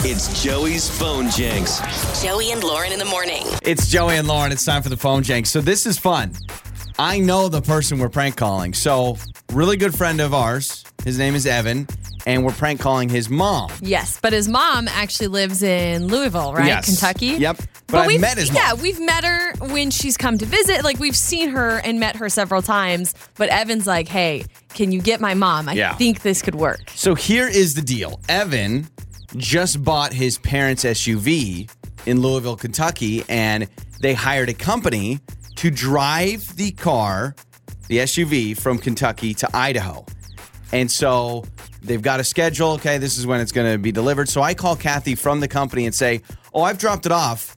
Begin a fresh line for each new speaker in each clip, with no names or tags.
It's Joey's phone janks.
Joey and Lauren in the morning.
It's Joey and Lauren. It's time for the phone jank. So this is fun. I know the person we're prank calling. So really good friend of ours. His name is Evan, and we're prank calling his mom.
Yes, but his mom actually lives in Louisville, right?
Yes.
Kentucky.
Yep. But I've
we've-
met his mom.
Yeah, we've met her when she's come to visit. Like we've seen her and met her several times. But Evan's like, "Hey, can you get my mom? I
Yeah.
think this could work."
So here is the deal. Evan just bought his parents' SUV in Louisville, Kentucky, and they hired a company to drive the car, the SUV, from Kentucky to Idaho. And so they've got a schedule. Okay, this is when it's going to be delivered. So I call Kathy from the company and say, Oh, I've dropped it off.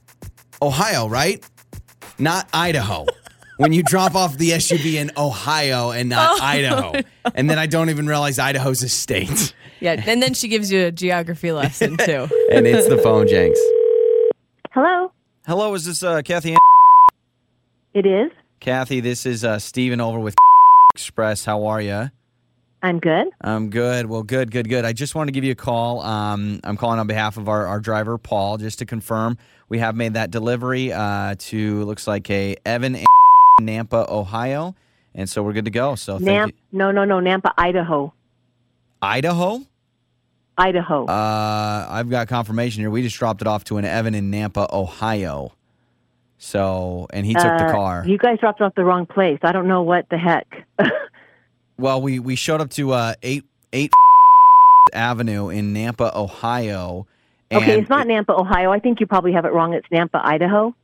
Ohio, right? Not Idaho. when you drop off the SUV in Ohio and not Idaho. And then I don't even realize Idaho's a state.
Yeah, and then she gives you a geography lesson too.
And it's the phone janks.
Hello,
Hello, is this uh, Kathy? Ann?
it is.
Kathy, this is uh, Steven over with Express. How are you?
I'm good.
I'm good. Well, good, good, good. I just wanted to give you a call. Um, I'm calling on behalf of our, our driver, Paul, just to confirm we have made that delivery uh, to looks like a Evan and Nampa, Ohio, and so we're good to go. So thank
Nam-
you.
no, no, no, Nampa, Idaho.
Idaho.
Idaho.
Uh, I've got confirmation here. We just dropped it off to an Evan in Nampa, Ohio. So and he took the
Uh,
car.
You guys dropped off the wrong place. I don't know what the heck.
Well, we we showed up to uh, eight eight Avenue in Nampa, Ohio. And
okay, it's not Nampa, Ohio. I think you probably have it wrong. It's Nampa, Idaho.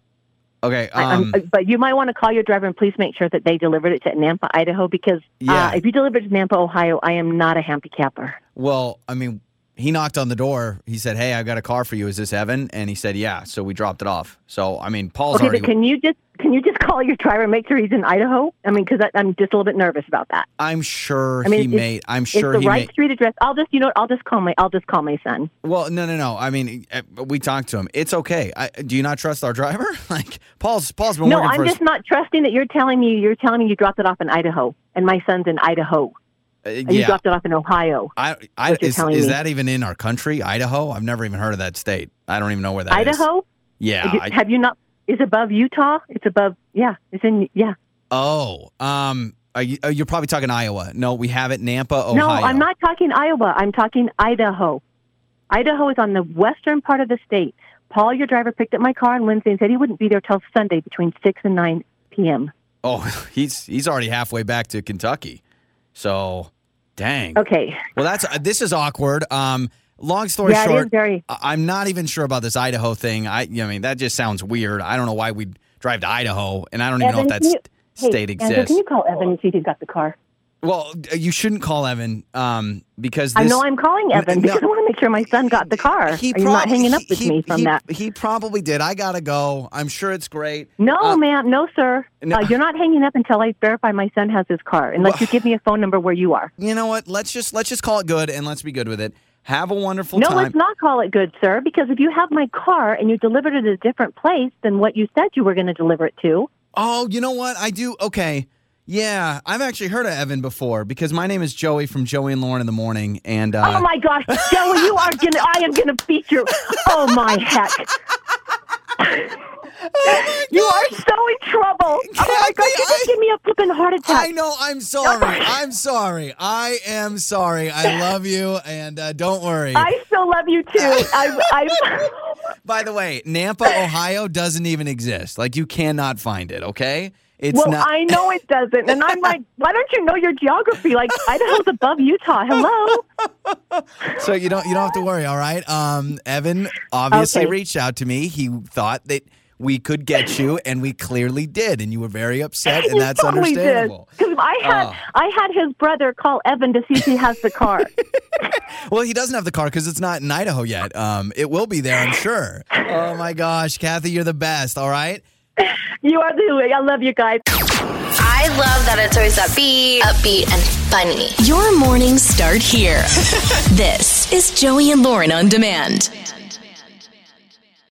Okay,
I- I'm-
um,
but you might want to call your driver and please make sure that they delivered it to Nampa, Idaho, because
Yeah.
uh, if you deliver it to Nampa, Ohio, I am not a handicapper.
well, I mean, he knocked on the door. He said, "Hey, I've got a car for you. Is this Evan?" And he said, "Yeah." So we dropped it off. So I mean, Paul's
Okay,
already.
but can you just can you just call your driver and make sure he's in Idaho? I mean, because I'm just a little bit nervous about that.
I'm sure
I mean,
he
it's-
made. I'm sure
it's the
he
right
made.
street address. I'll just you know what, I'll just call my I'll just call my son.
Well, no, no, no. I mean, eh, we talked to him. It's okay. I, do you not trust our driver? Like Paul's. Paul's been
No,
working
I'm
for.
just not trusting that you're telling me you're telling me you dropped it off in Idaho, and my son's in Idaho,
his, eh,
and you
yeah.
dropped it off in Ohio.
I, I,
what you're
is,
telling
is
me.
that even in our country? Idaho? I've never even heard of that state. I don't even know where that is.
Idaho?
Yeah.
You-
I-
have you not? Is above Utah? It's above. Yeah, it's in. Yeah.
Oh, um, are you, oh, you're probably talking Iowa. No, we have it Nampa, Ohio.
No, I'm not talking Iowa. I'm talking Idaho. Idaho is on the western part of the state. Paul, your driver, picked up my car on Wednesday and said he wouldn't be there till Sunday between six and nine p.m.
Oh, he's he's already halfway back to Kentucky. So, dang.
Okay.
Well, that's uh, this is awkward. Um, long story
yeah, it
short,
is very.
I- I'm not even sure about this Idaho thing. I, I mean, that just sounds weird. I don't know why we'd drive to Idaho, and I don't even
Evan,
know if that
can
st-
Hey,
state
Andrew,
exists.
can you call Evan and see if he's got the car?
well, uh, you shouldn't call Evan um, because this
I know I'm calling Evan
No.
because I want to make sure my son got the car. Are you not hanging up with
he-
me from
he-
that?
He probably did. I gotta go. I'm sure it's great.
No,
Uh,
ma'am. No, sir.
no.
Uh, you're not hanging up until I verify my son has his car, unless you give me a phone number where you are.
you know what? Let's just let's just call it good and let's be good with it. Have a wonderful
No,
time.
let's not call it good, sir, because if you have my car and you delivered it at a different place than what you said you were going to deliver it to,
Oh, you know what? I do. Okay. Yeah, I've actually heard of Evan before because my name is Joey from Joey and Lauren in the morning, and uh,
oh my gosh, Joey, you are going to, I am going to beat you. Oh my heck.
Oh
You are so in trouble. oh my
Kathy,
gosh, you
I-
just give me a flipping heart attack.
I know. I'm sorry. I'm sorry. I am sorry. I love you, and uh, don't worry.
I still love you too. I, I,
By the way, Nampa, Ohio doesn't even exist. Like you cannot find it. Okay, it's
well,
not.
I know it doesn't, and I'm like, why don't you know your geography? Like Idaho's above Utah. Hello.
So you don't you don't have to worry, all right? Um, Evan obviously
Okay.
reached out to me. He thought that we could get you, and we clearly did. And you were very upset, and
You
that's
totally did.
understandable.
'Cause I had
Ah.
I had his brother call Evan to see if he has the car.
Well, he doesn't have the car because it's not in Idaho yet. Um, it will be there, I'm sure. Oh my gosh, Kathy, you're the best. All right.
you are the I love you guys.
I love that it's always upbeat, upbeat and funny.
Your mornings start here. this is Joey and Lauren on demand.